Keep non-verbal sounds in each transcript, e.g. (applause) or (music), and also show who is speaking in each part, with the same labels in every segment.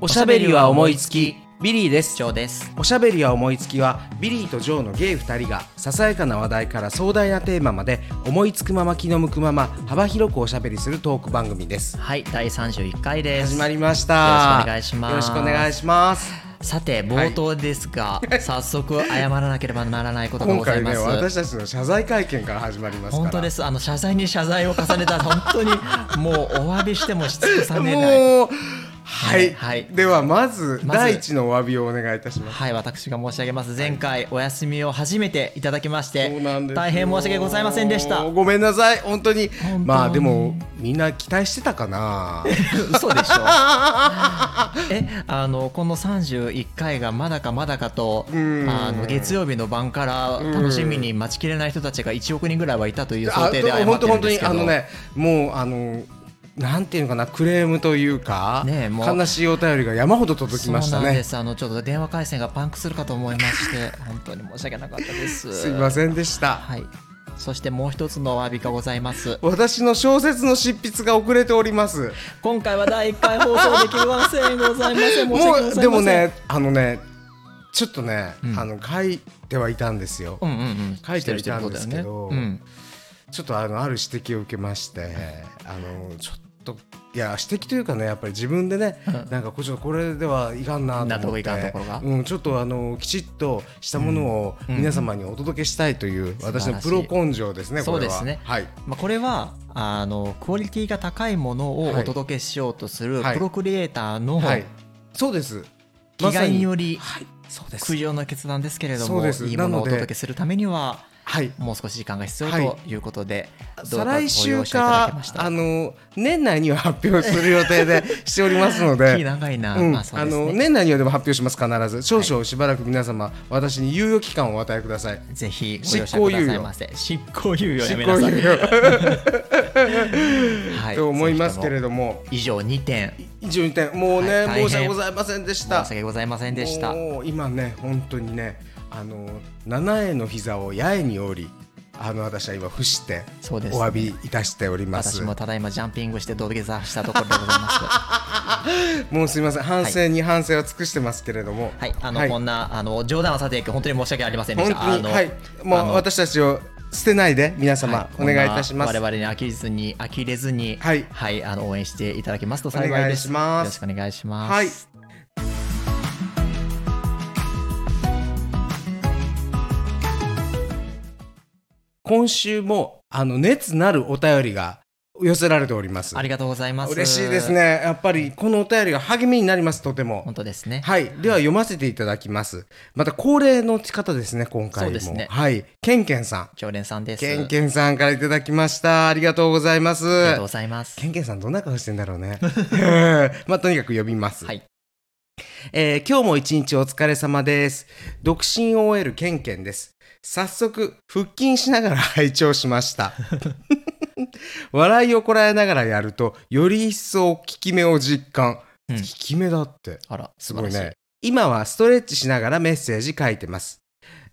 Speaker 1: おしゃべりは思いつきビリーです
Speaker 2: ジョーです。
Speaker 1: おしゃべりは思いつきはビリーとジョーのゲイ2人がささやかな話題から壮大なテーマまで思いつくまま気の向くまま幅広くおしゃべりするトーク番組です
Speaker 2: はい、第三十一回です。
Speaker 1: 始まりました
Speaker 2: よろしくお願いします
Speaker 1: よろしくお願いします
Speaker 2: さて、冒頭ですが、 (laughs) 早速謝らなければならないことが
Speaker 1: 今
Speaker 2: ござ
Speaker 1: 回
Speaker 2: いま
Speaker 1: ね
Speaker 2: す。
Speaker 1: 私たちの謝罪会見から始まりますから
Speaker 2: 本当です。あの謝罪に謝罪を重
Speaker 1: (laughs)
Speaker 2: ねた、本当にもうお詫びしてもし尽くさねない。
Speaker 1: もうはい、
Speaker 2: はいはい
Speaker 1: ではまず
Speaker 2: まず
Speaker 1: 第一のお詫びをお願いいたします
Speaker 2: はい、私が申し上げます。前回お休みを初めていただきまして
Speaker 1: そうなんで、す
Speaker 2: 大変申し訳ございませんでした。
Speaker 1: ごめんなさい本当に
Speaker 2: 当に
Speaker 1: まあでもみんな期待してたかな (laughs)
Speaker 2: 嘘でしょ。 (laughs) え、あのこの三十一回がまだかまだかと、
Speaker 1: ん
Speaker 2: あの月曜日の晩から楽しみに待ちきれない人たちが一億人ぐらいはいたという想定で謝っ
Speaker 1: 本
Speaker 2: て
Speaker 1: 当
Speaker 2: るん
Speaker 1: 本当
Speaker 2: です
Speaker 1: に
Speaker 2: けど。
Speaker 1: あのねもうあのなんていうのかなクレームというか、
Speaker 2: ねえもう
Speaker 1: 悲しいお便りが山ほど届きました
Speaker 2: そうなん
Speaker 1: ね
Speaker 2: です。あのちょっと電話回線がパンクするかと思いま
Speaker 1: (laughs)
Speaker 2: して、本当に申し訳なかったです。
Speaker 1: すいませんでした
Speaker 2: はい。そしてもう一つのお詫びがございます。
Speaker 1: 私の小説の執筆が遅れております
Speaker 2: 今回は第一回放送できません。ございません。申し
Speaker 1: も
Speaker 2: 訳ございません。
Speaker 1: うでも。ねあのねちょっとね、
Speaker 2: うん
Speaker 1: あの書いてはいたんですよ、
Speaker 2: うんうんうん。
Speaker 1: 書いてはいたんですけど
Speaker 2: してるってこ
Speaker 1: ちょっとあのある指摘を受けましてあのちょっといや指摘というかねやっぱり自分でね、
Speaker 2: うん
Speaker 1: なんかこうちょっとこれではいかんな
Speaker 2: 納
Speaker 1: と思っ
Speaker 2: 得い
Speaker 1: て
Speaker 2: かんところが
Speaker 1: うん、ちょっとあのきちっとしたものを
Speaker 2: うん
Speaker 1: 皆様にお届けしたいという、私のプロ根性ですね
Speaker 2: 素
Speaker 1: こ
Speaker 2: 晴
Speaker 1: れ
Speaker 2: ら
Speaker 1: は
Speaker 2: しいそうですね
Speaker 1: はい
Speaker 2: とだよね。まあこれはあのクオリティが高いものを
Speaker 1: はい
Speaker 2: お届けしようとする
Speaker 1: はい
Speaker 2: プロクリエイターの
Speaker 1: はい、そうです
Speaker 2: 気概によ
Speaker 1: り、
Speaker 2: り
Speaker 1: はい、そうです
Speaker 2: 苦情の決断ですけれど
Speaker 1: そう
Speaker 2: も、
Speaker 1: です
Speaker 2: いいものを
Speaker 1: なの
Speaker 2: お
Speaker 1: で
Speaker 2: 届けするためには
Speaker 1: はい
Speaker 2: もう少し時間が必要
Speaker 1: はい
Speaker 2: ということで、ど
Speaker 1: 再
Speaker 2: うかご容
Speaker 1: 来
Speaker 2: 赦
Speaker 1: 週
Speaker 2: いただけ
Speaker 1: か
Speaker 2: まし
Speaker 1: あ
Speaker 2: た
Speaker 1: の年内には発表する予定でしておりますので
Speaker 2: (laughs) 気長いな、
Speaker 1: うん
Speaker 2: まあそう
Speaker 1: あ
Speaker 2: です
Speaker 1: の
Speaker 2: ね
Speaker 1: 年内にはでも発表します必ず少々しばらく皆様、私に猶予期間をお与えください
Speaker 2: ぜひご
Speaker 1: 執
Speaker 2: 容赦
Speaker 1: 行猶
Speaker 2: く
Speaker 1: 予
Speaker 2: ださいませ執行猶予や
Speaker 1: 執
Speaker 2: め
Speaker 1: 行
Speaker 2: なさ
Speaker 1: 猶
Speaker 2: い、
Speaker 1: 予
Speaker 2: は
Speaker 1: と思いますけれども
Speaker 2: 以上2点
Speaker 1: 以上に点もうね、
Speaker 2: はい大変
Speaker 1: 申し訳ございませんでし
Speaker 2: 申
Speaker 1: た
Speaker 2: し訳ございませんでした
Speaker 1: もう今ね本当にねあの七重の膝を八重に折りあの私は今伏して
Speaker 2: そうです
Speaker 1: お詫びいたしております
Speaker 2: 私もただいまジャンピングして土下座したところでございます
Speaker 1: もうすみません反省に反省を尽くしてますけれども
Speaker 2: はいあの、こんなあの冗談はさておき本当に申し訳ありませんで
Speaker 1: 本
Speaker 2: した
Speaker 1: 当に
Speaker 2: あの
Speaker 1: はいも
Speaker 2: あの
Speaker 1: う私たちを捨てないで皆様、
Speaker 2: はい
Speaker 1: お願いいたします
Speaker 2: こんな我々に飽きずに飽きれずに
Speaker 1: はい
Speaker 2: あの応援していただけますと幸
Speaker 1: お
Speaker 2: い
Speaker 1: 願
Speaker 2: で
Speaker 1: い
Speaker 2: す
Speaker 1: します
Speaker 2: よろしくお願いします
Speaker 1: はい今週もあの熱なるお便りが寄せられております
Speaker 2: ありがとうございます
Speaker 1: 嬉しいですねやっぱりこのお便りが励みになりますとても
Speaker 2: 本当ですね
Speaker 1: はいでは読ませていただきますまた恒例の方ですね今回も
Speaker 2: そうですね
Speaker 1: はいけんけんさん
Speaker 2: 常連さんです
Speaker 1: けんけんさんからいただきましたありがとうございま
Speaker 2: あり
Speaker 1: す
Speaker 2: がとうございます
Speaker 1: けんけんさんどんな顔してんだろう
Speaker 2: (laughs)
Speaker 1: ね (laughs) うんまあとにかく呼びます、
Speaker 2: はい
Speaker 1: えー今日も一日お疲れ様です独身 OL けんけんです早速腹筋しながら拝聴しました
Speaker 2: (laughs)
Speaker 1: 笑いをこらえながらやるとより一層効き目を実感、
Speaker 2: うん
Speaker 1: 効き目だって
Speaker 2: あら
Speaker 1: す
Speaker 2: 素晴
Speaker 1: ご
Speaker 2: ら
Speaker 1: い
Speaker 2: しい
Speaker 1: ね今はストレッチしながらメッセージ書いてます、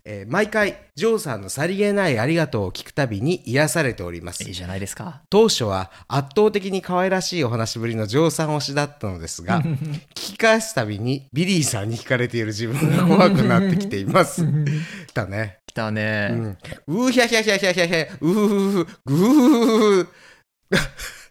Speaker 1: えー毎回ジョーさんのさりげないありがとうを聞くたびに癒されております
Speaker 2: いいじゃないですか
Speaker 1: 当初は圧倒的に可愛らしいお話ぶりのジョーさん推しだったのですが聞き返すたびにビリーさんに惹かれている自分が怖くなってきていますだね、
Speaker 2: 来た
Speaker 1: う
Speaker 2: ね
Speaker 1: ん、うひゃひゃひゃひゃひゃひゃうふふふぐふふふ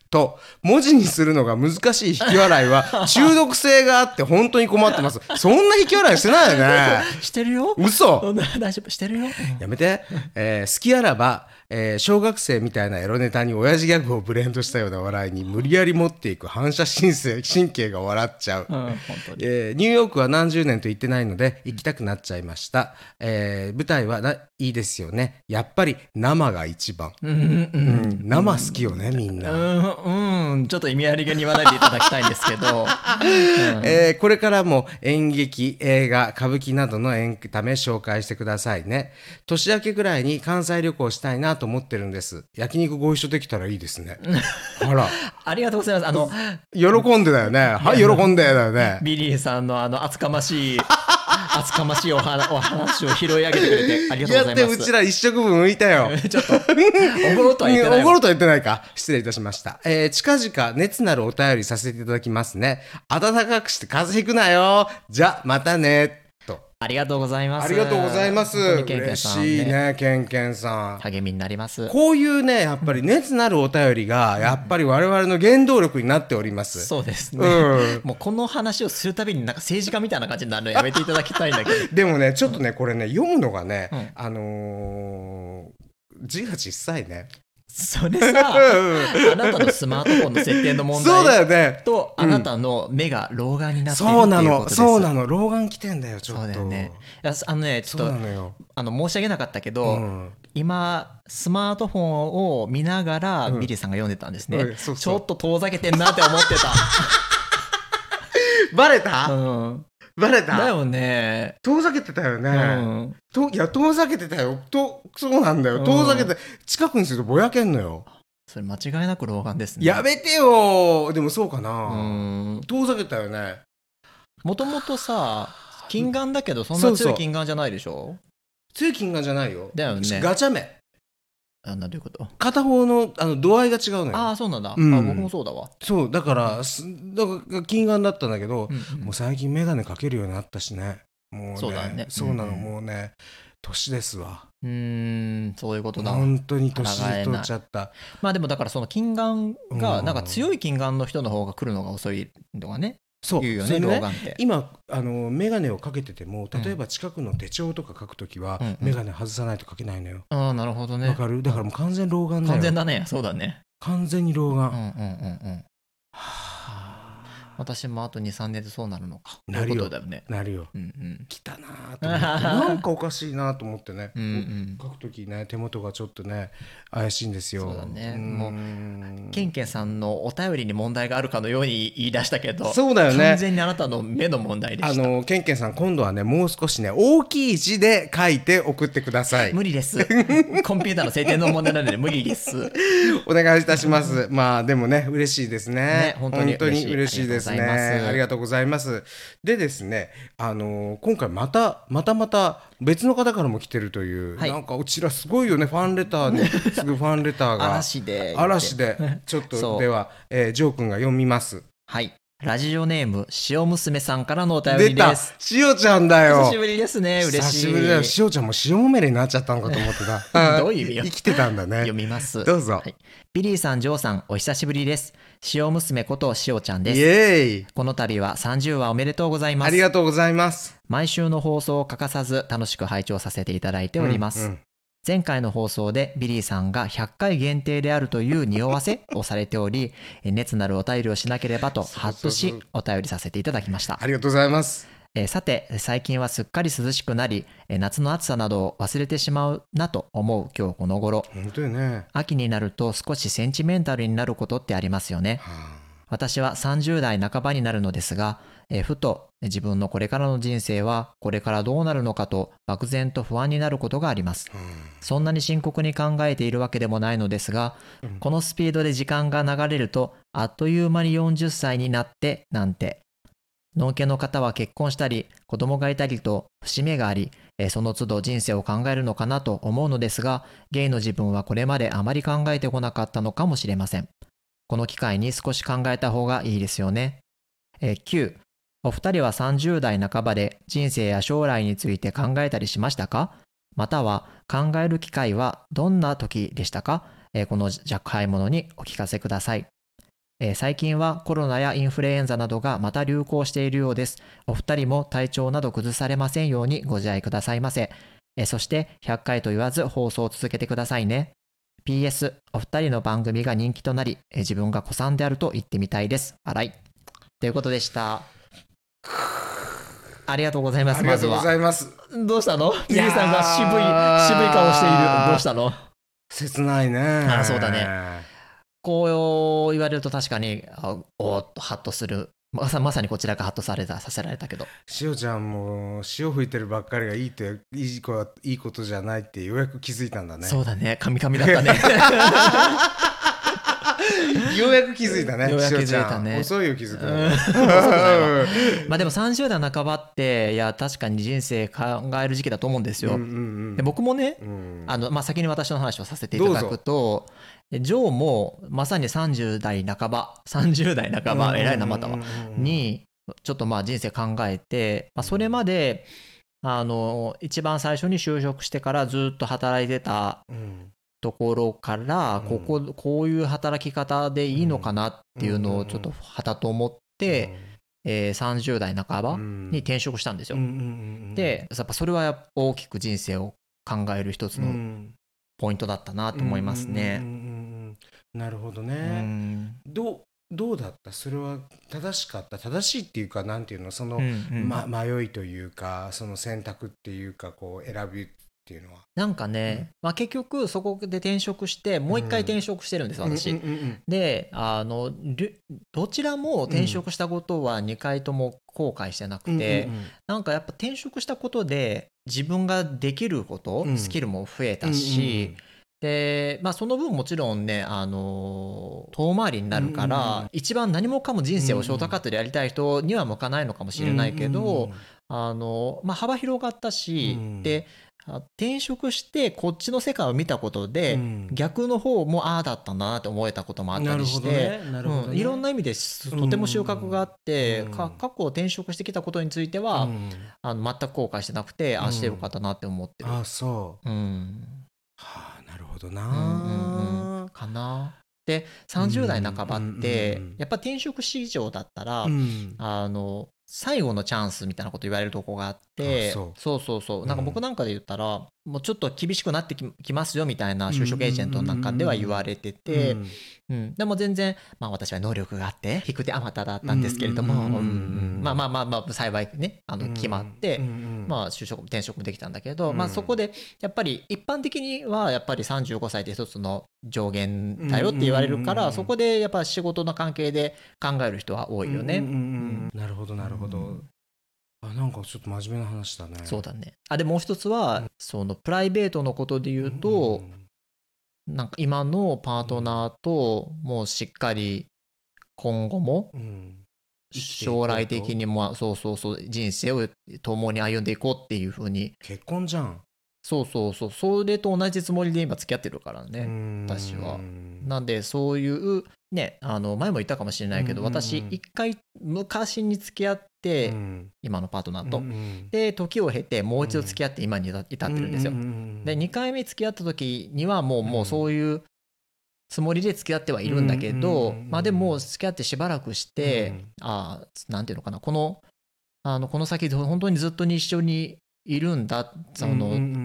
Speaker 1: と文字にするのが難しい引き笑いは中毒性があって本当に困ってますそんな引き笑いしてないよね
Speaker 2: してるよ
Speaker 1: 嘘
Speaker 2: そんな大丈夫してるよ
Speaker 1: やめて、 (laughs) えー好きあらば、えー小学生みたいなエロネタに親父ギャグをブレンドしたような笑いに無理やり持っていく反射神経 (laughs) 神経が笑っちゃう
Speaker 2: う、ん本当に
Speaker 1: えーニューヨークは何十年と行ってないので行きたくなっちゃいました、えー舞台はないいですよねやっぱり生が一番、
Speaker 2: うんうんう
Speaker 1: うんん、生好きよねみんな、
Speaker 2: うんうんちょっと意味ありげに言わないでいただきたいんです
Speaker 1: (laughs)
Speaker 2: けどうん
Speaker 1: えーこれからも演劇、映画、歌舞伎などのエンタメ紹介してくださいね。年明けぐらいに関西旅行したいなと思ってるんです。焼肉ご一緒できたらいいです
Speaker 2: (laughs)
Speaker 1: ね。あら、
Speaker 2: ありがとうございますあの
Speaker 1: 喜んでだよね。はい、喜んでだよね。
Speaker 2: ビリーさんのあの厚かましい (laughs) 厚かましいお話お話を拾い上げてくれてありがとう
Speaker 1: や
Speaker 2: ござ
Speaker 1: っ
Speaker 2: い
Speaker 1: て
Speaker 2: ま
Speaker 1: う
Speaker 2: す
Speaker 1: ちら一食分浮いたよ
Speaker 2: ちょっとおごろうとは言ってない
Speaker 1: おご
Speaker 2: もん
Speaker 1: ろとは言ってないか。失礼いたしました。えー近々熱なるお便りさせていただきますね。暖かくして風邪ひくなよ。じゃ、またね。と。
Speaker 2: ありがとうございます
Speaker 1: ありがとうございます。
Speaker 2: 本当にケンケン
Speaker 1: 嬉
Speaker 2: さん
Speaker 1: しいね、ケンケンさん。
Speaker 2: 励みになります
Speaker 1: こういうね、やっぱり熱なるお便りが、やっぱり我々の原動力になっております。
Speaker 2: そうですね、
Speaker 1: うん
Speaker 2: もうこの話をするたびになんか政治家みたいな感じになるのやめていただきたいんだけど
Speaker 1: でもね、ちょっとね、これね、読むのがね、
Speaker 2: うん
Speaker 1: あのー字が小さいね。
Speaker 2: それさあなたのスマートフォンの設定の問
Speaker 1: そうだ
Speaker 2: 題
Speaker 1: よね。
Speaker 2: とあなたの目が老眼になっているって
Speaker 1: そうない
Speaker 2: こと
Speaker 1: の、
Speaker 2: です
Speaker 1: そうなの、老眼来てんだよ、ちょっと。
Speaker 2: そうだよねいやあのねちょ
Speaker 1: そ
Speaker 2: っ
Speaker 1: うな
Speaker 2: と
Speaker 1: のよ。
Speaker 2: あの申し訳なかったけ
Speaker 1: う
Speaker 2: ど、
Speaker 1: ん
Speaker 2: 今スマートフォンを見ながら、
Speaker 1: うん
Speaker 2: ビリーさんが読んでたんですね、
Speaker 1: うんそうそう
Speaker 2: ちょっと遠ざけてんなって思って
Speaker 1: バレ (laughs)
Speaker 2: た、
Speaker 1: た
Speaker 2: うん、
Speaker 1: バレ
Speaker 2: だ
Speaker 1: た
Speaker 2: よね、
Speaker 1: 遠ざけてたよ
Speaker 2: う
Speaker 1: ね。
Speaker 2: ん、
Speaker 1: といや、遠ざけてたよ。と、そうなんだ
Speaker 2: う
Speaker 1: よ。
Speaker 2: ん
Speaker 1: 遠ざけて、近くにするとぼやけんのよ。
Speaker 2: それ間違いなく老眼ですね
Speaker 1: やめてよでもそうか
Speaker 2: う
Speaker 1: な。
Speaker 2: ん
Speaker 1: 遠ざけたよね。
Speaker 2: もともとさ近眼だけどそん
Speaker 1: そ
Speaker 2: な
Speaker 1: うそ
Speaker 2: 強
Speaker 1: う
Speaker 2: い近眼じゃないでしょ
Speaker 1: 強い金眼じゃないよ。
Speaker 2: だよね
Speaker 1: ガチャ目。
Speaker 2: あなんていうこと
Speaker 1: 片方のあの度合いが違うの
Speaker 2: あ
Speaker 1: よ。
Speaker 2: あそうなんだ、
Speaker 1: うん
Speaker 2: あ僕もそうだわ、
Speaker 1: そう、だから、すだから金眼だったんだけど、
Speaker 2: うんうん
Speaker 1: もう最近眼鏡かけるようになったしね。もう
Speaker 2: そうだ
Speaker 1: ね
Speaker 2: ね。
Speaker 1: そうなの、
Speaker 2: うん
Speaker 1: もうね。年ですわ。
Speaker 2: うーんそういうことだ
Speaker 1: 本当に年取っちゃった。
Speaker 2: まあでもだからその近眼
Speaker 1: う
Speaker 2: が
Speaker 1: ん
Speaker 2: なんか強い近眼の人の方が来るのが遅いとかね
Speaker 1: そう。
Speaker 2: 言うよ
Speaker 1: それ
Speaker 2: ね
Speaker 1: で
Speaker 2: 老
Speaker 1: ね
Speaker 2: 眼って
Speaker 1: 今あの眼鏡をかけてても例えば近くの手帳とか書くときは、
Speaker 2: うんうん
Speaker 1: 眼鏡外さないと書けないのよ。
Speaker 2: ああなるほど
Speaker 1: わ、
Speaker 2: ね
Speaker 1: かるだからもう完全老眼だよ
Speaker 2: 完全だねそうだね
Speaker 1: 完全に老眼、
Speaker 2: うんうんうんうん私もあと23年でそうなるのか
Speaker 1: なるよ
Speaker 2: そういうことだよね
Speaker 1: なるよ
Speaker 2: うんうん
Speaker 1: 来たなー
Speaker 2: (laughs)
Speaker 1: と思ってなんかおかしいなと思ってね、
Speaker 2: うんうん
Speaker 1: 書くときね手元がちょっとね怪しいんですよ
Speaker 2: そうだねもう
Speaker 1: も
Speaker 2: ケンケンさんのお便りに問題があるかのように言い出したけど
Speaker 1: そうだよ
Speaker 2: 完
Speaker 1: ね
Speaker 2: 全にあなたの目の問題で
Speaker 1: あ
Speaker 2: した
Speaker 1: のケンケンさん今度はねもう少しね大きい字で書いて送ってください
Speaker 2: 無理で
Speaker 1: (laughs)
Speaker 2: すコンピューターの制定の問題なので無理です
Speaker 1: お願いいたします。 (laughs) まあでもね嬉しいですね。
Speaker 2: ね本当に
Speaker 1: 嬉しいですね。あ
Speaker 2: あ
Speaker 1: り
Speaker 2: り
Speaker 1: が
Speaker 2: が
Speaker 1: とうございます。でですね、あのー今回またまたまた別の方からも来てるという、
Speaker 2: はい
Speaker 1: なんかうちらすごいよねファンレター
Speaker 2: (laughs)
Speaker 1: にすぐファンレターが
Speaker 2: 嵐で
Speaker 1: 嵐でちょっ
Speaker 2: そ
Speaker 1: と
Speaker 2: う
Speaker 1: では、えージョー君が読みます。
Speaker 2: はいラジオネーム塩娘さんからのお便
Speaker 1: 出
Speaker 2: り
Speaker 1: た
Speaker 2: です
Speaker 1: しおちゃんだよ。
Speaker 2: 久しぶりですね嬉
Speaker 1: 久
Speaker 2: しい
Speaker 1: しぶりだよ。しおちゃんも塩もめれになっちゃったのかと思ってた。
Speaker 2: (laughs) どういう意味よ
Speaker 1: 生きてたんだね
Speaker 2: (laughs) 読。みます
Speaker 1: どうぞ。
Speaker 2: はいビリーさんジョーさんお久しぶりです塩娘こと塩ちゃん
Speaker 1: イ
Speaker 2: です
Speaker 1: エーイ。
Speaker 2: この度は30話おめでとうございま
Speaker 1: あり
Speaker 2: す
Speaker 1: がとうございます。
Speaker 2: 毎週の放送を欠かさず楽しく拝聴させていただいております、
Speaker 1: うんうん
Speaker 2: 前回の放送でビリーさんが100回限定であるという匂わせ (laughs) をされておりえ熱なるお便りをしなければと
Speaker 1: そうそう
Speaker 2: ハッとしお便りさせていただきました
Speaker 1: ありがとうございます。
Speaker 2: えーさて最近はすっかり涼しくなりえ夏の暑さなどを忘れてしまうなと思う今日この頃
Speaker 1: 本当よね。
Speaker 2: 秋になると少しセンチメンタルになることってありますよね
Speaker 1: は
Speaker 2: 私は30代半ばになるのですが、えーふとえー自分のこれからの人生はこれからどうなるのかと漠然と不安になることがあります
Speaker 1: あ
Speaker 2: そんなに深刻に考えているわけでもないのですが、
Speaker 1: うん
Speaker 2: このスピードで時間が流れるとあっという間に40歳になってなんて農家の方は結婚したり子供がいたりと節目がありえーその都度人生を考えるのかなと思うのですがゲイの自分はこれまであまり考えてこなかったのかもしれませんこの機会に少し考えた方がいいですよね、えー9お二人は30代半ばで人生や将来について考えたりしましたかまたは考える機会はどんな時でしたか、えーこの若輩者にお聞かせください、えー最近はコロナやインフルエンザなどがまた流行しているようですお二人も体調など崩されませんようにご自愛くださいませ、えーそして100回と言わず放送を続けてくださいね PS お二人の番組が人気となり、えー自分が子さんであると言ってみたいです笑いということでしたありがとうございます
Speaker 1: りが
Speaker 2: まず
Speaker 1: とうご
Speaker 2: は
Speaker 1: ざいます。
Speaker 2: どうしたの
Speaker 1: い
Speaker 2: ビリ
Speaker 1: やー
Speaker 2: ーさんが渋い、渋い顔している。どうしたの
Speaker 1: 切ないね。
Speaker 2: あそうだね。こう言われると確かに、あおーっとハッとする。まさまさにこちらがハッとされた、させられたけど。
Speaker 1: しおちゃんも潮吹いてるばっかりがいいっていい子はいいことじゃないってようやく気づいたんだね。
Speaker 2: (laughs) そうだね、カミカミだったね。
Speaker 1: ようやく気づいたね。
Speaker 2: ようやく気づいたね
Speaker 1: しおちゃん遅いよ気づく
Speaker 2: うん遅くないわ
Speaker 1: の。
Speaker 2: まあでも30代半ばっていや確かに人生考える時期だと思うんですよ、
Speaker 1: うんうんうん
Speaker 2: で僕もね
Speaker 1: うん
Speaker 2: あの、まあ、先に私の話をさせていただくとジョーもまさに30代半ば30代半ば、偉いなまたは、にちょっとまあ人生考えて、まあ、それまであの一番最初に就職してからずっと働いてた
Speaker 1: うん
Speaker 2: ところから
Speaker 1: うん
Speaker 2: こここういう働き方でいいのかなっていうのをちょっとはたと思って、えー30代半ばに転職したんですよ。でやっぱそれは大きく人生を考える一つのポイントだったなと思います
Speaker 1: うん
Speaker 2: ね。
Speaker 1: うんうんうん。なるほど
Speaker 2: う
Speaker 1: ね。
Speaker 2: ん
Speaker 1: どうどうだったそれは正しかった正しいっていうかなんていうのその、
Speaker 2: うんうん
Speaker 1: ま、迷いというかその選択っていうかこう選びっていうのは。
Speaker 2: なんかね、まあ、結局そこで転職してもう一回転職してるんです私。
Speaker 1: うんうんうん
Speaker 2: であのりどちらも転職したことは2回とも後悔してな
Speaker 1: う
Speaker 2: く
Speaker 1: ん
Speaker 2: て、
Speaker 1: うんうん
Speaker 2: なんかやっぱ転職したことで自分ができること、
Speaker 1: うん
Speaker 2: スキルも増えたし、で、まあ、その分もちろんね、あのー遠回りになるから、
Speaker 1: うんうんうん
Speaker 2: 一番何もかも人生をショートカットでやりたい人には向かないのかもしれないけど、あのーまあ、幅広がったし、
Speaker 1: うん
Speaker 2: であ転職してこっちの世界を見たこと
Speaker 1: うん
Speaker 2: で、
Speaker 1: うん
Speaker 2: 逆の方もああだったんだなって思えたこともあったりして。
Speaker 1: なるほどねなるほど
Speaker 2: うん、
Speaker 1: ね
Speaker 2: いろんな意味ですとても収穫があって、
Speaker 1: うん
Speaker 2: か過去を転職してきたことについては、
Speaker 1: うん
Speaker 2: あの全く後悔してなくて、
Speaker 1: う
Speaker 2: あ
Speaker 1: ん
Speaker 2: してよかったなって思ってる。
Speaker 1: ああそう
Speaker 2: うん、
Speaker 1: はあなるほどな、
Speaker 2: うんうんかな。で30代半ばって、
Speaker 1: うんうんうん
Speaker 2: やっぱ転職市場だったら、
Speaker 1: うん
Speaker 2: あの最後のチャンスみたいなこと言われるとこがあって
Speaker 1: あそう
Speaker 2: そうそうそうなん
Speaker 1: う
Speaker 2: か
Speaker 1: ん
Speaker 2: 僕なんかで言ったら、もうちょっと厳しくなってききますよみたいな就職エージェントなんかでは言われてて。
Speaker 1: うん
Speaker 2: うん、でも全然、まあ、私は能力があって引く手あまただったんですけれども
Speaker 1: うんうんうんうん
Speaker 2: うんまあまあまあまあ幸いねあの決まって、
Speaker 1: うんうん
Speaker 2: まあ、就職転職もできたんだけど、
Speaker 1: うん
Speaker 2: まあ、そこでやっぱり一般的にはやっぱり35歳って一つの上限だよって言われるから、
Speaker 1: うんうんうんうん
Speaker 2: そこでやっぱ仕事の関係で考える人は多いよね。
Speaker 1: うんうんうんうんなるほどなるほど、
Speaker 2: うん
Speaker 1: あなんかちょっと真面目な話だね
Speaker 2: そうだね、あでもう一つは、そのプライベートのことで言うと、なんか今のパートナーともうしっかり今後も
Speaker 1: うんうん
Speaker 2: 将来的にもそうそうそう人生を共に歩んでいこうっていうふうに
Speaker 1: 結婚じゃん、
Speaker 2: そうそうそうそれと同じつもりで今付き合ってるから
Speaker 1: う
Speaker 2: ね、
Speaker 1: ん
Speaker 2: 私はなんでそういうねあの前も言ったかもしれないけど、
Speaker 1: うんうんうん
Speaker 2: 私一回昔に付き合って、
Speaker 1: うん
Speaker 2: 今のパートナーと、
Speaker 1: うんうん
Speaker 2: で時を経てもう一度付き合って今に至至ってるんですよ、
Speaker 1: うううん
Speaker 2: で2回目付き合った時にはもう,、
Speaker 1: うん
Speaker 2: もうそういうつもりで付き合ってはいるんだけど、
Speaker 1: うん
Speaker 2: まあでも付き合ってしばらくして、
Speaker 1: うん
Speaker 2: ああなんていうのかなこのあのこの先本当にずっとに一緒にいるんだその、
Speaker 1: うんうんうん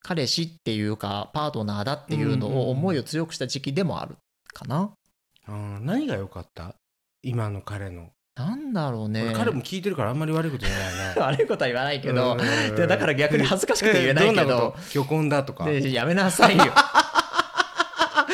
Speaker 2: 彼氏っていうかパートナーだっていうの
Speaker 1: うんうん
Speaker 2: を思いを強くした時期でもあるかな。
Speaker 1: あー何が良かった今の彼の、
Speaker 2: なんだろうね
Speaker 1: 俺彼も聞いてるからあんまり悪いこと言えないね
Speaker 2: (laughs) 悪いことは言わ (laughs) ないけど、
Speaker 1: うん
Speaker 2: でだから逆に恥ずかしくて言えないけ
Speaker 1: んなこ
Speaker 2: ど
Speaker 1: と虚婚だとか
Speaker 2: でやめなさ
Speaker 1: (laughs)
Speaker 2: いよ。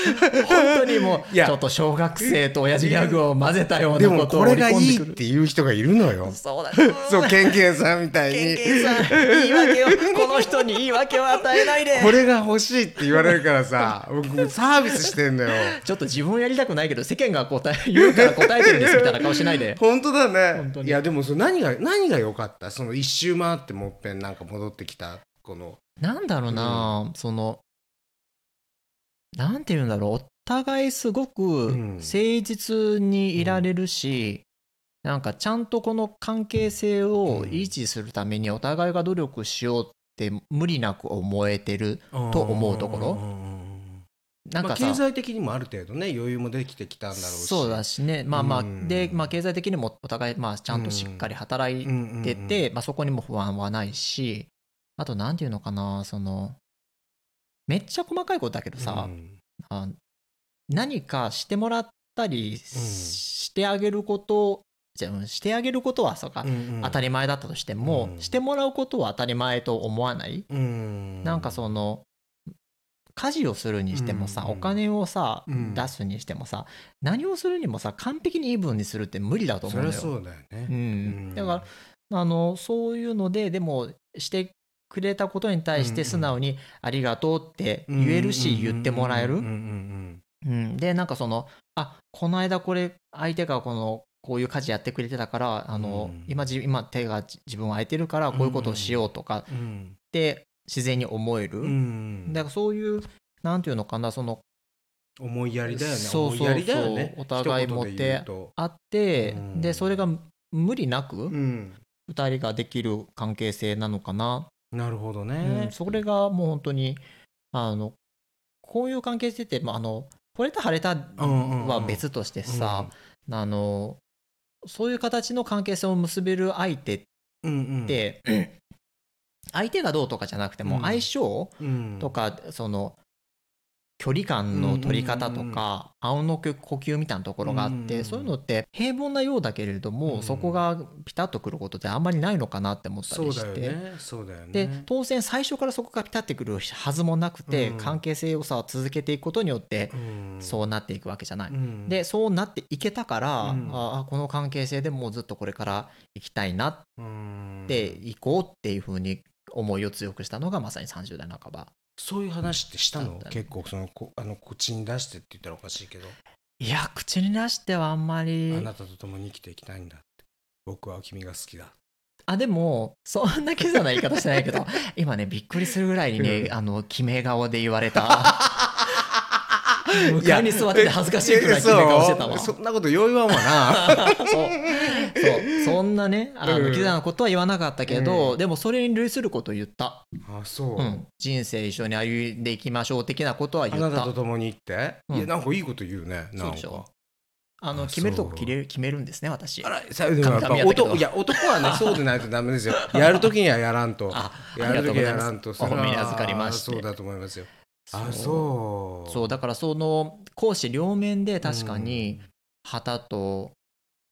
Speaker 2: 本当にもう
Speaker 1: い
Speaker 2: ち
Speaker 1: や
Speaker 2: ょっと小学生と親父ギャグを混ぜたよう
Speaker 1: で
Speaker 2: な
Speaker 1: も
Speaker 2: ことを
Speaker 1: これ
Speaker 2: 織り
Speaker 1: がい
Speaker 2: 込んで
Speaker 1: い
Speaker 2: くる
Speaker 1: っていう人がいるのよ
Speaker 2: そうだ
Speaker 1: そうケンケンさんみたい
Speaker 2: ケン
Speaker 1: に
Speaker 2: ケンさん言い訳をこの人に言い訳を与えないで
Speaker 1: これが欲しいって言われるからさ僕サービスしてんだよ
Speaker 2: ちょっと自分やりたくないけど世間が答え言うから答えてるんですみたいな顔しないで
Speaker 1: 本当だ
Speaker 2: 本当
Speaker 1: ね
Speaker 2: に
Speaker 1: いやでもそれ何が何が良かったその一周回ってもっぺんなんか戻ってきたこの
Speaker 2: なんだろうな、そのなんて言うんだろうお互いすごく
Speaker 1: うん
Speaker 2: 誠実にいられるし、なんかちゃんとこの関係性を
Speaker 1: うん
Speaker 2: 維持するためにお互いが努力しようって無理なく思えてると思うところ
Speaker 1: んうんうん
Speaker 2: なん
Speaker 1: ま
Speaker 2: か
Speaker 1: あ、
Speaker 2: さ、
Speaker 1: 経済的にもある程度ね余裕もできてきたんだろうし
Speaker 2: そうだしねまあまあ、
Speaker 1: うん
Speaker 2: で、まあ、経済的にもお互い、まあ、ちゃんとしっかり働いてて、まあ、そこにも不安はないしあとなんていうのかなそのめっちゃ細かいことだけどさ、
Speaker 1: うん
Speaker 2: あ何かしてもらったりしてあげること、じゃあうんしてあげることはそうか、
Speaker 1: うんうん
Speaker 2: 当たり前だったとしても、
Speaker 1: うん
Speaker 2: してもらうことは当たり前と思わない、
Speaker 1: うん
Speaker 2: なんかその家事をするにしてもさ、
Speaker 1: うんうん
Speaker 2: お金をさ、
Speaker 1: うん
Speaker 2: 出すにしてもさ何をするにもさ完璧にイーブンにするって無理だと思
Speaker 1: そうり
Speaker 2: の
Speaker 1: ゃ
Speaker 2: よ。
Speaker 1: そうだよ
Speaker 2: う
Speaker 1: ね、
Speaker 2: ん
Speaker 1: うん
Speaker 2: だからあのそういうのででもしてくれたことに対して素直に「ありがとう」って言えるし言ってもらえる
Speaker 1: うんうんうん
Speaker 2: うん、でなんかそのあこの間これ相手がこのこういう家事やってくれてたからあの、
Speaker 1: うん
Speaker 2: 今じ今手がじ自分は空いてるからこういうことをしようとかっ
Speaker 1: うん。
Speaker 2: て自然に思える、
Speaker 1: うん
Speaker 2: だからそういうなんていうのかなその
Speaker 1: 思いやりだよね。
Speaker 2: そうそうそ
Speaker 1: 思い
Speaker 2: う
Speaker 1: やりだよね。
Speaker 2: お互い
Speaker 1: 一言で言うと
Speaker 2: あって、
Speaker 1: うん
Speaker 2: でそれが無理なく
Speaker 1: うん。
Speaker 2: 2人ができる関係性なのかな、
Speaker 1: なるほど
Speaker 2: う
Speaker 1: ね
Speaker 2: ん。それがもう本当にあのこういう関係性って、まあ、あの惚れた腫れた
Speaker 1: うんうんうん
Speaker 2: は別としてさ、あのそういう形の関係性を結べる相手っ
Speaker 1: うんうん、
Speaker 2: て、相手がどうとかじゃなくても
Speaker 1: うん
Speaker 2: 相性
Speaker 1: うん
Speaker 2: とか、その距離感の取り方と
Speaker 1: うんうんうん
Speaker 2: か、青の呼吸みたいなところがあって、
Speaker 1: うん
Speaker 2: そういうのって平凡なようだけれども、
Speaker 1: うん
Speaker 2: そこがピタッとくることってあんまりないのかなって思った
Speaker 1: そう
Speaker 2: りし
Speaker 1: だ
Speaker 2: て
Speaker 1: よ。ね。そうだよね。
Speaker 2: で当然最初からそこがピタッてくるはずもなくて、
Speaker 1: うん
Speaker 2: 関係性をさ続けていくことによって
Speaker 1: うん、
Speaker 2: そうなっていくわけじゃない、
Speaker 1: うん
Speaker 2: で、そうなっていけたから、
Speaker 1: うん
Speaker 2: ああこの関係性でもうずっとこれから行きたいなっ
Speaker 1: うん
Speaker 2: て行こうっていうふうに思いを強くしたのがまさに30代半ば
Speaker 1: そういう話ってした
Speaker 2: だ
Speaker 1: の
Speaker 2: ったね
Speaker 1: 結構そのこあの口に出してって言ったらおかしいけど、
Speaker 2: いや口に出してはあんま
Speaker 1: あ
Speaker 2: り
Speaker 1: なたと共に生きていきたいんだって僕は君が好きだ
Speaker 2: あでもそんなキザな言い方してない
Speaker 1: (laughs)
Speaker 2: けど今ねびっくりするぐらいにね、
Speaker 1: うん
Speaker 2: あの決め顔で言わ
Speaker 1: (laughs)
Speaker 2: れた向
Speaker 1: いや
Speaker 2: かいに座ってて恥ずかしいくらい決め顔してたわ
Speaker 1: え
Speaker 2: そ
Speaker 1: そうそんなこと容易はもう
Speaker 2: (laughs)
Speaker 1: な
Speaker 2: そうそんなねあの、
Speaker 1: うん
Speaker 2: キザなことは言わなかったけど、
Speaker 1: うん
Speaker 2: でもそれに類することを言った
Speaker 1: あそう、
Speaker 2: うん、人生一緒に歩んでいきましょう的なことは
Speaker 1: あ
Speaker 2: 言
Speaker 1: な
Speaker 2: ったた
Speaker 1: と共にって、
Speaker 2: うん
Speaker 1: いやなんかいいこと言うね
Speaker 2: そ
Speaker 1: な
Speaker 2: うんでし
Speaker 1: か
Speaker 2: ょあの
Speaker 1: あ
Speaker 2: 決めるとこ
Speaker 1: そう
Speaker 2: 決める決めるんですね私
Speaker 1: あらさでもやっぱ
Speaker 2: 神々やったけど
Speaker 1: 男いや男
Speaker 2: (laughs)
Speaker 1: はねそうでないとダメですよやるときにはやらんと
Speaker 2: あ
Speaker 1: やるときはやらんと
Speaker 2: ありがとうございますお褒めに預かりまして
Speaker 1: それはそうだと思いますよあ
Speaker 2: う
Speaker 1: そう
Speaker 2: そうだからその講師両面で確かに旗と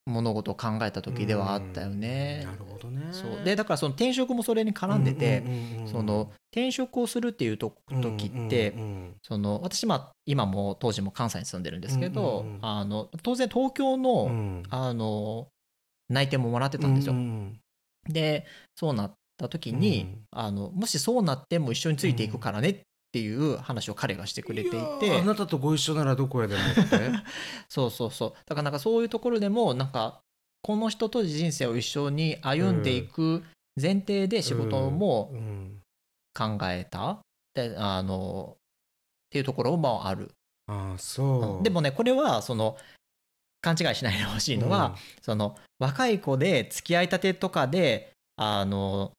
Speaker 2: 物事を考えた
Speaker 1: うん
Speaker 2: 時ではあったよね
Speaker 1: うん、なるほどね
Speaker 2: そうでだからその転職もそれに絡んでて、その転職をするっていうと時って、その私まあ今も当時も関西に住んでるんですけど、
Speaker 1: うんうんうん
Speaker 2: あの当然東京の、
Speaker 1: あ
Speaker 2: あの内定ももらってたんですよ、でそうなった時に、あのもしそうなっても一緒についていくからねっていう話を彼がしてくれていて、
Speaker 1: あなたとご一緒ならどこへでも
Speaker 2: (laughs)
Speaker 1: って
Speaker 2: そうそうそうだからなんかそういうところでもなんかこの人と人生を一緒に歩んでいく前提で仕事も
Speaker 1: うん
Speaker 2: 考えた、であのっていうところもある、
Speaker 1: あそう
Speaker 2: でもねこれはその勘違いしないでほしいのは、その若い子で付き合いたてとかであの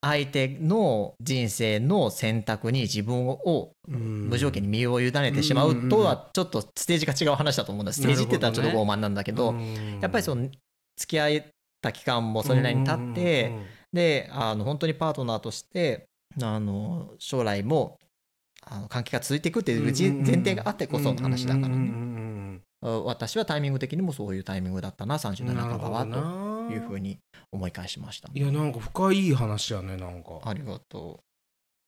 Speaker 2: 相手の人生の選択に自分を無
Speaker 1: 無
Speaker 2: 条件に身を委ねてしまう
Speaker 1: う
Speaker 2: と
Speaker 1: んうんうん
Speaker 2: はちょっとステージが違う話だと思うんだステージって言ったらちょっと傲慢なんだけどやっぱりその付き合えた期間もそれなりに経ってであの本当にパートナーとしてあの将来もあの関係が続いていくっていうじ前提があってこその話だからね。
Speaker 1: ね
Speaker 2: 私はタイミング的にもそういうタイミングだったな30代
Speaker 1: なる
Speaker 2: 半ば
Speaker 1: ほ
Speaker 2: は
Speaker 1: ど
Speaker 2: と
Speaker 1: な
Speaker 2: いうふうに思い返しました
Speaker 1: いやなんか深い話やねなんか
Speaker 2: ありがと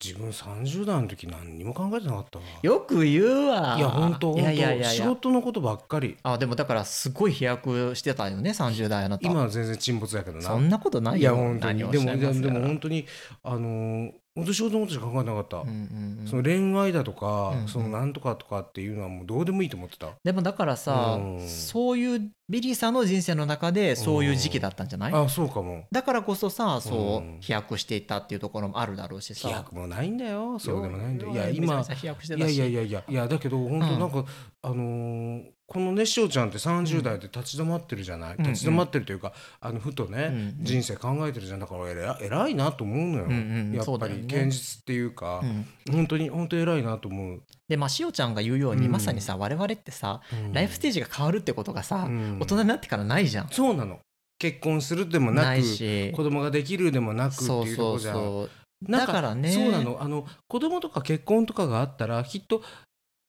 Speaker 1: 自分30代の時何にも考えてなかったわ
Speaker 2: うよく言うわ
Speaker 1: いや本当
Speaker 2: いや
Speaker 1: 本
Speaker 2: いやい
Speaker 1: 当
Speaker 2: やい
Speaker 1: 仕
Speaker 2: や
Speaker 1: 事のことばっかり
Speaker 2: あでもだからすごい飛躍してたよね30代あなた
Speaker 1: 今は全然沈没やけどな
Speaker 2: そんなことない
Speaker 1: い
Speaker 2: よ
Speaker 1: や本当
Speaker 2: 何
Speaker 1: に
Speaker 2: を
Speaker 1: で
Speaker 2: おっし
Speaker 1: も
Speaker 2: ゃい
Speaker 1: いや
Speaker 2: ます
Speaker 1: で
Speaker 2: から
Speaker 1: も本当にあのー本当仕事のことしか考えてなかった、
Speaker 2: うんうんうん
Speaker 1: その恋愛だとか、
Speaker 2: うんうん
Speaker 1: そのなんとかとかっていうのはもうどうでもいいと思ってた、
Speaker 2: でもだからさ
Speaker 1: うん
Speaker 2: そういうビリーさんの人生の中でそういう時期だったんじゃない
Speaker 1: あそうかも
Speaker 2: だからこそさそううん飛躍していったっていうところもあるだろうし
Speaker 1: 飛
Speaker 2: さ
Speaker 1: 躍もないんだよそうでもないんだよいや
Speaker 2: めちゃめ
Speaker 1: 今
Speaker 2: ちゃ飛躍して
Speaker 1: い
Speaker 2: た
Speaker 1: や
Speaker 2: し
Speaker 1: いやいやいやいやだけど本当
Speaker 2: うん
Speaker 1: なんか、あのーこのねしおちゃんって30代で立ち止まってるじゃない、
Speaker 2: うんうん
Speaker 1: 立ち止まってるというかあのふとね、
Speaker 2: うんうん
Speaker 1: 人生考えてるじゃんだから偉偉いなと思うのよ、
Speaker 2: うんうん
Speaker 1: やっ
Speaker 2: そうだ
Speaker 1: ぱ
Speaker 2: よね
Speaker 1: り現実っていうか、
Speaker 2: うん
Speaker 1: 本当に本当偉いなと思う、
Speaker 2: でまあしおちゃんが言うように、
Speaker 1: うん
Speaker 2: まさにさ我々ってさ
Speaker 1: うん
Speaker 2: ライフステージが変わるってことがさ、
Speaker 1: うん
Speaker 2: 大人になってからないじゃん。
Speaker 1: そうなの結婚するでもなく
Speaker 2: ないし
Speaker 1: 子供ができるでもなくって
Speaker 2: そう
Speaker 1: いうとこ
Speaker 2: そう
Speaker 1: じゃん
Speaker 2: そう
Speaker 1: なん
Speaker 2: だからね
Speaker 1: そうなのあの子供とか結婚とかがあったらきっと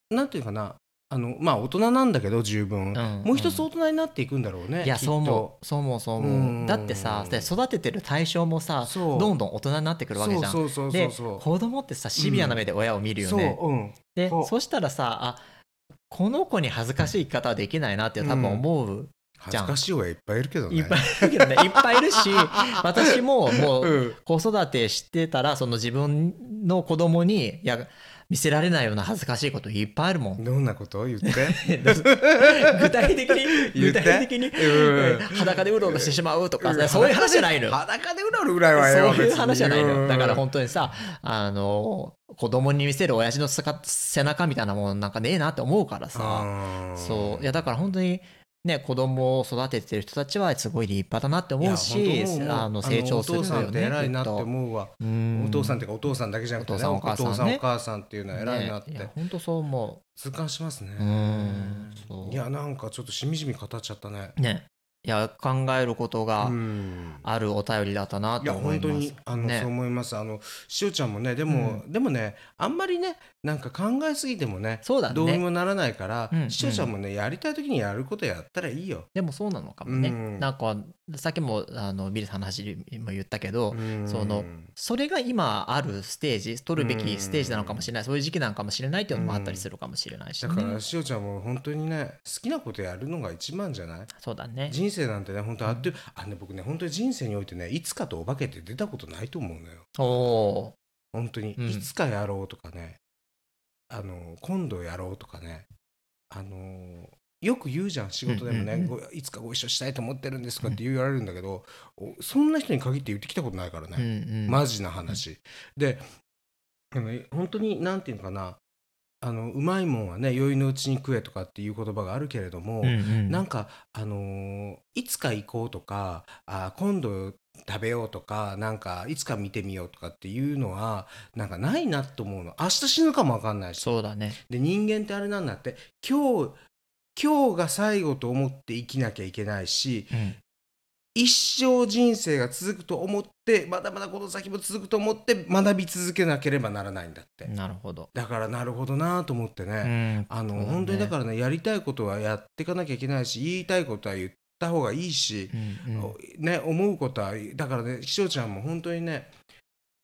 Speaker 1: なんていうかなあのまあ大人なんだけど十分、
Speaker 2: ん
Speaker 1: もう一つ大人になっていくんだろうね
Speaker 2: いや
Speaker 1: きっと
Speaker 2: そう思うそう思うそう
Speaker 1: う
Speaker 2: 思うんだってさで育ててる対象もさ
Speaker 1: そう
Speaker 2: どんどん大人になってくるわけじゃん
Speaker 1: そうそうそう
Speaker 2: で
Speaker 1: そう
Speaker 2: 子供ってさシビアな目で親を見るよ
Speaker 1: そう
Speaker 2: ね、
Speaker 1: うん
Speaker 2: で
Speaker 1: そ
Speaker 2: そうしたらさあこの子に恥ずかしい言い方はできないなって多分思う、じ
Speaker 1: 恥
Speaker 2: ゃん
Speaker 1: ずかしい親いっぱいいるけどね
Speaker 2: いっぱいいるけどねいっぱいいるし私ももう
Speaker 1: うん
Speaker 2: 子育てしてたらその自分の子供にいや見せられないような恥ずかしいこといっぱいあるも
Speaker 1: (laughs)
Speaker 2: ん。
Speaker 1: どんなこと言って
Speaker 2: 具体的に、
Speaker 1: 言
Speaker 2: 具
Speaker 1: って
Speaker 2: 体的に、
Speaker 1: うん
Speaker 2: 裸でうろうろしてしまうとか
Speaker 1: うん、
Speaker 2: そういう話じゃないのよ。
Speaker 1: 裸でうろうろぐらい
Speaker 2: そう
Speaker 1: はええわ
Speaker 2: いう話じゃないのよ。だから
Speaker 1: ん
Speaker 2: 本当にさ、あの、子供に見せる親父のさか背中みたいなもんなんかねえなって思うからさ。そう。いや、だから本当に、ね、子供を育ててる人たちはすごい立派だなって思うし、あの成長するよ
Speaker 1: お父さん
Speaker 2: ね。
Speaker 1: って偉いなって
Speaker 2: きっと
Speaker 1: 思うわ、
Speaker 2: うん
Speaker 1: お父さんっていうかお父さんだけじゃなくて、ね、
Speaker 2: お父さんお母さんね
Speaker 1: お父さんお母さんっていうのは偉いなって、
Speaker 2: ねいや本当そう思
Speaker 1: 痛感しますね
Speaker 2: う。うん。そう
Speaker 1: いやなんかちょっとしみじみ語っちゃったね
Speaker 2: ね。いや、考えることが
Speaker 1: うん
Speaker 2: あるお便りだったないと
Speaker 1: や
Speaker 2: 思い
Speaker 1: 本当
Speaker 2: ます。
Speaker 1: にあの、
Speaker 2: ね
Speaker 1: そう思いますあのしおちゃんもねでも、でもねあんまりねなんか考えすぎてもね
Speaker 2: そうだね
Speaker 1: どうにもならないから、
Speaker 2: うん
Speaker 1: しおちゃんもねやりたい時にやることやったらいいよ、
Speaker 2: でもそうなのかもね。
Speaker 1: うん
Speaker 2: なんか、さっきも、あの、ビルさんの話にも言ったけど、そのそれが今あるステージ、取るべきステージなのかもしれない、そういう時期なのかもしれないっていうのもあったりするかもしれないし、
Speaker 1: だ
Speaker 2: ね
Speaker 1: からしおちゃんも本当にね好きなことやるのが一番じゃない
Speaker 2: そうだね。
Speaker 1: 人生なんてね本当あっというあね僕ね本当に人生においてねいつかとお化けって出たことないと思うのよ
Speaker 2: おお
Speaker 1: 本当に、
Speaker 2: うん
Speaker 1: いつかやろうとかねあの今度やろうとかねあのよく言うじゃん仕事でもね、
Speaker 2: うんうん
Speaker 1: ごいつかご一緒したいと思ってるんですとかって言われるんだけど、おそんな人に限って言ってきたことないから
Speaker 2: ー。う
Speaker 1: ね、
Speaker 2: んうん。
Speaker 1: マジな話、であの本当になんていうのかなあのうまいもんはね余裕のうちに食えとかっていう言葉があるけれども、
Speaker 2: うんうん、
Speaker 1: なんか、あのーいつか行こうとかあー今度食べようとかなんかいつか見てみようとかっていうのはなんかないなと思うの明日死ぬかも分かんないし
Speaker 2: そうだね。
Speaker 1: で人間ってあれなんだって今日今日が最後と思って生きなきゃいけないし
Speaker 2: うん
Speaker 1: 一生人生が続くと思ってまだまだこの先も続くと思って学び続けなければならないんだって、
Speaker 2: なるほど。
Speaker 1: だからなるほどなと思ってね、
Speaker 2: うん。
Speaker 1: あの、
Speaker 2: そうだね
Speaker 1: 本当にだからねやりたいことはやっていかなきゃいけないし言いたいことは言った方がいいし
Speaker 2: う、んうん
Speaker 1: ね、思うことはだからねしおちゃんも本当にね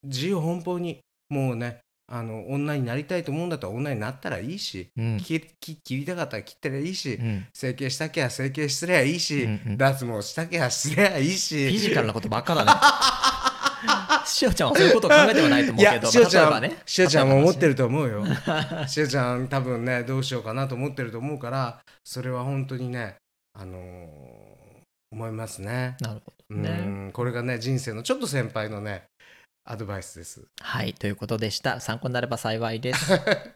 Speaker 1: 自由奔放にもうねあの女になりたいと思うんだったら女になったらいいし、
Speaker 2: うん
Speaker 1: 切り切切りたかったら切ったらいいし、
Speaker 2: うん
Speaker 1: 整形したきゃ整形すりゃいいし、
Speaker 2: うんうん
Speaker 1: 脱毛したきゃすりゃいいし
Speaker 2: フィジカルなことばっ
Speaker 1: (laughs)
Speaker 2: かだね。しおちゃんはそういうことを考えてはないと思うけど、
Speaker 1: しおちゃん、
Speaker 2: まあ例えばね、
Speaker 1: しおちゃんも思ってると思う
Speaker 2: (laughs)
Speaker 1: よ。しおちゃん多分ねどうしようかなと思ってると思うからそれは本当にねあのー思いますね。
Speaker 2: なるほ
Speaker 1: う
Speaker 2: どね。
Speaker 1: んこれがね人生のちょっと先輩のねアドバイスです。
Speaker 2: はい、ということでした。参考になれば幸いです。
Speaker 1: (laughs)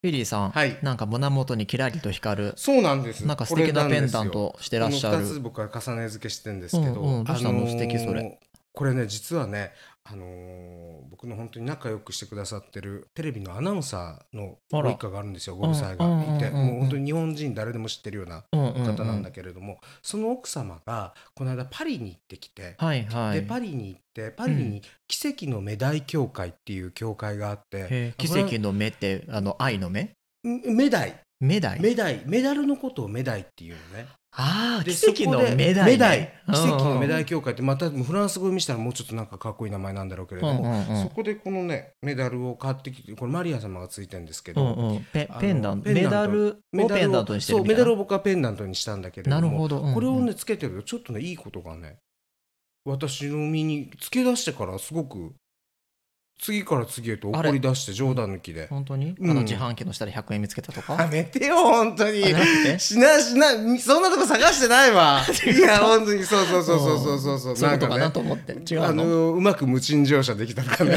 Speaker 2: ビリーさん、
Speaker 1: はい
Speaker 2: なんか胸元にキラリと光る、
Speaker 1: そうなんです。
Speaker 2: なんか素敵な
Speaker 1: これ
Speaker 2: ペ
Speaker 1: んで
Speaker 2: ン
Speaker 1: すよ
Speaker 2: ダントしてらっしゃ
Speaker 1: この二
Speaker 2: る。
Speaker 1: つ僕は重ね付けしてんですけど、
Speaker 2: うんうんどうしたの素敵それ
Speaker 1: これね実はねあのー僕の本当に仲良くしてくださってるテレビのアナウンサーの
Speaker 2: あら
Speaker 1: ご一家があるんですよご夫妻
Speaker 2: うん
Speaker 1: がいて
Speaker 2: うんうんうんうん
Speaker 1: もう本当に日本人誰でも知ってるような
Speaker 2: うんうんうん
Speaker 1: 方なんだけれども、その奥様がこの間パリに行ってきて、
Speaker 2: はいは
Speaker 1: で
Speaker 2: い。
Speaker 1: パリに行ってパリに奇跡のメダイ協会っていう協会があって、
Speaker 2: へー奇跡の目って、あの、愛の目
Speaker 1: んメダイ
Speaker 2: メダイ
Speaker 1: メダイメダルのことをメダイっていうのね。
Speaker 2: ああ、
Speaker 1: で
Speaker 2: 奇跡のメダイね。
Speaker 1: そこでメダイ奇跡のメダ
Speaker 2: イ
Speaker 1: イ協会ってまたフランス語にしたらもうちょっとなんかかっこいい名前なんだろうけれども、そこでこのねメダルを買ってきてこれマリア様がついてるんですけど、
Speaker 2: うんうん、ペ
Speaker 1: あの
Speaker 2: ペンダント
Speaker 1: ペンダント
Speaker 2: メダルをペンダントにしてる
Speaker 1: そう
Speaker 2: み
Speaker 1: メ
Speaker 2: たい
Speaker 1: ダ
Speaker 2: な
Speaker 1: ルを僕はペンダントにしたんだけれども
Speaker 2: なるほど、うんうん
Speaker 1: これをねつけてるとちょっとねいいことがね私の身につけ出してからすごく次から次へと怒り出して冗談抜きで。
Speaker 2: 本当に、
Speaker 1: うん
Speaker 2: あの自販機の下で100円見つけたと
Speaker 1: や
Speaker 2: か
Speaker 1: めてよ本当に
Speaker 2: あなくて
Speaker 1: しなしなそんなとこ探してない
Speaker 2: (laughs)
Speaker 1: わいや本当にそうそうそうそうそうそう
Speaker 2: そういうこと
Speaker 1: な
Speaker 2: か
Speaker 1: ん
Speaker 2: な
Speaker 1: か
Speaker 2: と
Speaker 1: ね
Speaker 2: 思って違
Speaker 1: あ
Speaker 2: うの
Speaker 1: のうまく無賃乗車できたとかね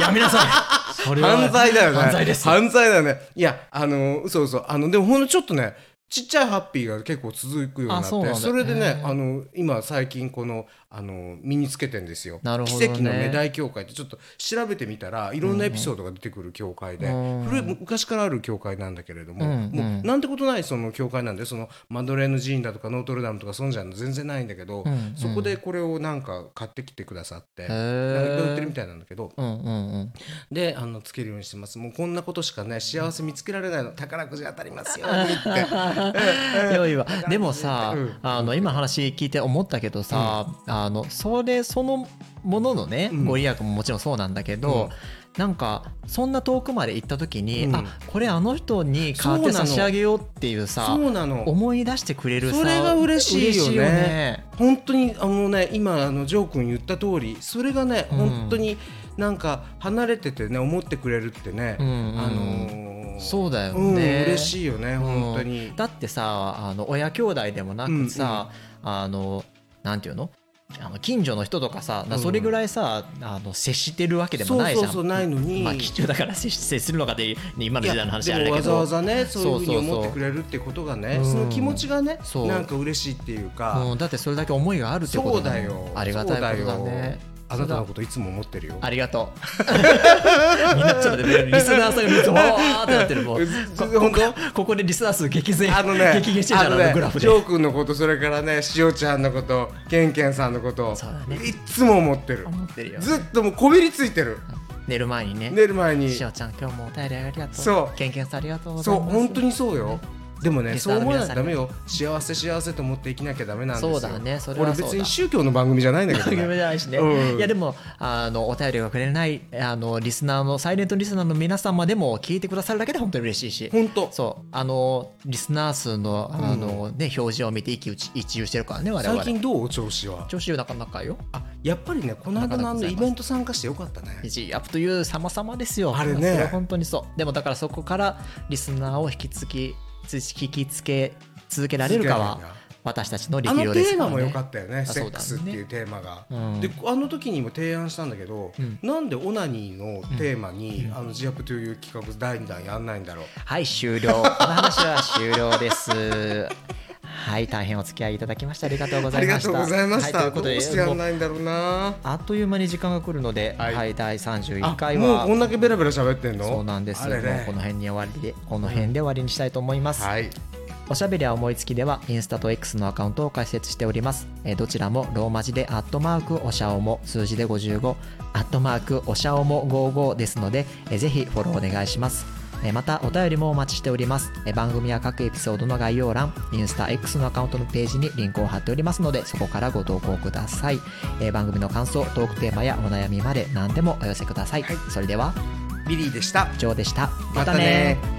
Speaker 2: やめなさいそれは
Speaker 1: 犯罪だよね
Speaker 2: 犯罪です
Speaker 1: 犯罪だよねいやあのそうそうあのでもほんのちょっとねちっちゃいハッピーが結構続くようになっ
Speaker 2: あそうなん
Speaker 1: て
Speaker 2: だ
Speaker 1: それで
Speaker 2: へ
Speaker 1: ね
Speaker 2: ー
Speaker 1: あの今最近このあの身につけてんですよ
Speaker 2: なるほどね
Speaker 1: 奇跡のメダイ教会ってちょっと調べてみたらいろんなエピソードが出てくる教会で、
Speaker 2: うん
Speaker 1: 古い昔からある教会なんだけれども、
Speaker 2: うんうん
Speaker 1: もうなんてことないその教会なんでそのマドレーヌ寺院だとかノートルダムとかそんじゃんの全然ないんだけど、
Speaker 2: うんうん
Speaker 1: そこでこれをなんか買ってきてくださって、
Speaker 2: へ
Speaker 1: なんかいっぱい売っ
Speaker 2: ー
Speaker 1: てるみたいなんだけど、
Speaker 2: うんうんうん
Speaker 1: であのつけるようにしてますもうこんなことしかね幸せ見つけられないの宝くじ当たりますよって言って
Speaker 2: (laughs) 良いわでもさ、
Speaker 1: うん
Speaker 2: あの今話聞いて思ったけどさ、ああのそれそのもののね、
Speaker 1: うん
Speaker 2: ご利益ももちろんそうなんだけど、なんかそんな遠くまで行った時に、
Speaker 1: うん
Speaker 2: あこれあの人に買っ
Speaker 1: そう
Speaker 2: て
Speaker 1: な
Speaker 2: 差
Speaker 1: の
Speaker 2: し上げようっていうさ
Speaker 1: そうなの
Speaker 2: 思い出してくれるさ
Speaker 1: それが嬉しいよね
Speaker 2: 嬉
Speaker 1: 本当にあのね今あのジョー君言った通りそれがね、
Speaker 2: うん
Speaker 1: 本当になんか離れててね思ってくれるってね、
Speaker 2: うんうん
Speaker 1: あのー
Speaker 2: そうだよね、
Speaker 1: うん嬉しいよね
Speaker 2: ん
Speaker 1: 本当に、
Speaker 2: だってさあの親兄弟でもなくさ、あのなんていうのあの近所の人とかさ、だからそれぐらいさあの接してるわけでも
Speaker 1: そう
Speaker 2: ないじゃ
Speaker 1: そ
Speaker 2: ん
Speaker 1: うそうないのに、
Speaker 2: まあ貴重だから (laughs) 接し接するのかっていう今の時代の話
Speaker 1: い
Speaker 2: あ
Speaker 1: やで
Speaker 2: れだ
Speaker 1: も
Speaker 2: け
Speaker 1: わざ
Speaker 2: ど
Speaker 1: わざねそういうふうに
Speaker 2: そうそうそう
Speaker 1: 思ってくれるってことがね
Speaker 2: うん
Speaker 1: その気持ちがね
Speaker 2: そう
Speaker 1: なんか嬉しいっていうか、
Speaker 2: うん、だってそれだけ思いがあるってことだ
Speaker 1: そうだ
Speaker 2: よ
Speaker 1: よ
Speaker 2: ありがたいことだ
Speaker 1: そうだ
Speaker 2: ね
Speaker 1: よあなたのこといつも思ってるよ
Speaker 2: ありがとうみんなちょっと待ってリスナーさんがめっちゃわーってなってるもう
Speaker 1: う本当
Speaker 2: ここでリスナー数激減
Speaker 1: あのね、
Speaker 2: (laughs) 激減してるじゃんあのグラフで
Speaker 1: ジョー君のこと、それからね、しおちゃんのこと、けんけんさんのこと
Speaker 2: そうだ、ね
Speaker 1: いっつも思ってる。
Speaker 2: 思ってるよ
Speaker 1: ずっともうこびりついてる。
Speaker 2: 寝る前にね
Speaker 1: 寝る前に。
Speaker 2: しおちゃん今日もお便りありがとう
Speaker 1: そう
Speaker 2: けんけんさんありがとうござ
Speaker 1: そう、
Speaker 2: います
Speaker 1: 本当
Speaker 2: (laughs)
Speaker 1: にそうよ。でもね、
Speaker 2: リス
Speaker 1: そ
Speaker 2: ナ
Speaker 1: う
Speaker 2: ーの
Speaker 1: 思わ
Speaker 2: 皆
Speaker 1: な
Speaker 2: さ
Speaker 1: い
Speaker 2: ん
Speaker 1: とダメよ。幸せ幸せと思って生きなきゃダメなんですよ。
Speaker 2: そうだねそれは
Speaker 1: 俺
Speaker 2: そうだ
Speaker 1: 別に宗教の番組じゃないんだけど
Speaker 2: (laughs) 番組
Speaker 1: ね。
Speaker 2: じゃないしね、
Speaker 1: うん
Speaker 2: いやでもあのお便りがくれないあのリスナーのサイレントリスナーの皆様でも聞いてくださるだけで本当に嬉しいし
Speaker 1: 本当。
Speaker 2: そうあのリスナー数のあの、ね表示を見て一喜一憂してるからね我々
Speaker 1: 最近どうお調子は。
Speaker 2: 調子よなかなかよ
Speaker 1: あ、やっぱりね、この間のあのイベント参加してよかったね。
Speaker 2: 一アップという様々ですよ
Speaker 1: あれね
Speaker 2: そは本当にそうでもだからそこからリスナーを引き続きつ引きつけ続けられるかは私たちの
Speaker 1: あ
Speaker 2: 力
Speaker 1: の
Speaker 2: 量
Speaker 1: テ
Speaker 2: です
Speaker 1: ー
Speaker 2: か
Speaker 1: マ
Speaker 2: ら、ね、
Speaker 1: も良かったよね「
Speaker 2: あ
Speaker 1: セ
Speaker 2: そう
Speaker 1: ッ
Speaker 2: だ
Speaker 1: ク
Speaker 2: ね
Speaker 1: ス」っていうテーマが。
Speaker 2: うん
Speaker 1: であの時にも提案したんだけど、
Speaker 2: うん
Speaker 1: なんでオナニーのテーマに「
Speaker 2: うん
Speaker 1: あのジアップという企画第2弾やんないんだろう、
Speaker 2: はい終了この話は終了ですはい大変お付き合いいただきましてありがとうご
Speaker 1: あ
Speaker 2: ざい
Speaker 1: り
Speaker 2: ま
Speaker 1: が
Speaker 2: した
Speaker 1: とうございました、
Speaker 2: はい、と
Speaker 1: ど
Speaker 2: いうう
Speaker 1: し
Speaker 2: こ
Speaker 1: て
Speaker 2: とで
Speaker 1: や
Speaker 2: も
Speaker 1: ん
Speaker 2: う
Speaker 1: ないんだろうな
Speaker 2: あっという間に時間が来るので、
Speaker 1: は
Speaker 2: はいい、第31
Speaker 1: あ
Speaker 2: 回
Speaker 1: も
Speaker 2: は
Speaker 1: うこんだけベラベラ喋ってんの
Speaker 2: そうなんです
Speaker 1: あれ
Speaker 2: よ、もうこの
Speaker 1: ね
Speaker 2: 辺に終わりでこの辺で終わりにしたいと思います、
Speaker 1: はい
Speaker 2: おしゃべりは思いつきではインスタと X のアカウントを開設しておりますえーどちらもローマ字でアットマークおしゃおも数字で55アットマークおしゃおも55ですのでえーぜひフォローお願いしますえーまたお便りもお待ちしておりますえー番組や各エピソードの概要欄インスタ X のアカウントのページにリンクを貼っておりますのでそこからご投稿くださいえー番組の感想トークテーマやお悩みまで何でもお寄せください、
Speaker 1: はい
Speaker 2: それでは
Speaker 1: ビリーでした
Speaker 2: 以上でした
Speaker 1: またね